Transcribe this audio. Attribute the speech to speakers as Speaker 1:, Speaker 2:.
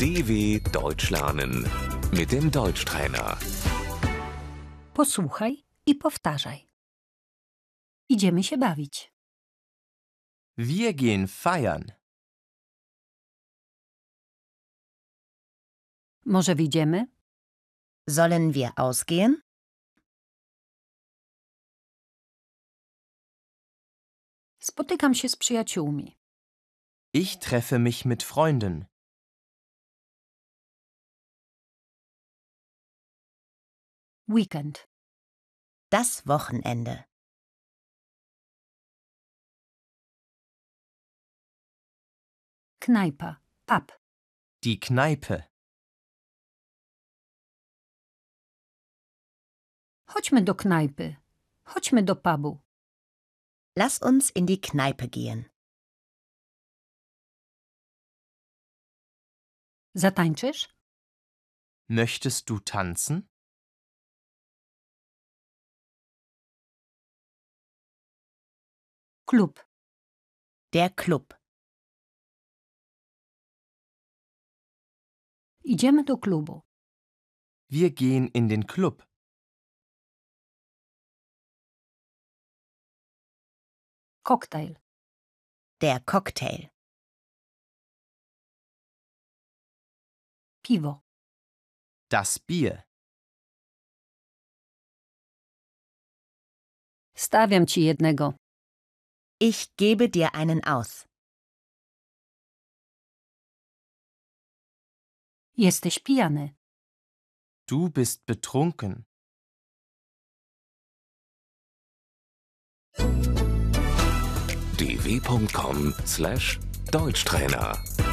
Speaker 1: DW Deutsch lernen mit dem Deutschtrainer.
Speaker 2: Posłuchaj i powtarzaj. Idziemy się bawić.
Speaker 3: Wir gehen feiern.
Speaker 2: Może wyjdziemy?
Speaker 4: Sollen wir ausgehen?
Speaker 2: Spotykam się z przyjaciółmi.
Speaker 3: Ich treffe mich mit Freunden.
Speaker 2: Weekend.
Speaker 4: Das Wochenende.
Speaker 2: Knajpa. Pub.
Speaker 3: Die Kneipe.
Speaker 2: Chodźmy do knajpy. Chodźmy do pubu.
Speaker 4: Lass uns in die Kneipe gehen.
Speaker 2: Zatańczysz?
Speaker 3: Möchtest du tanzen?
Speaker 2: Klub.
Speaker 4: Der Club.
Speaker 2: Idziemy do klubu.
Speaker 3: Wir gehen in den Club.
Speaker 2: Koktajl.
Speaker 4: Der Cocktail.
Speaker 2: Piwo.
Speaker 3: Das Bier.
Speaker 2: Stawiam ci jednego.
Speaker 4: Ich gebe dir einen aus.
Speaker 2: Jesteś pijany.
Speaker 3: Du bist betrunken.
Speaker 1: dw.com/deutschtrainer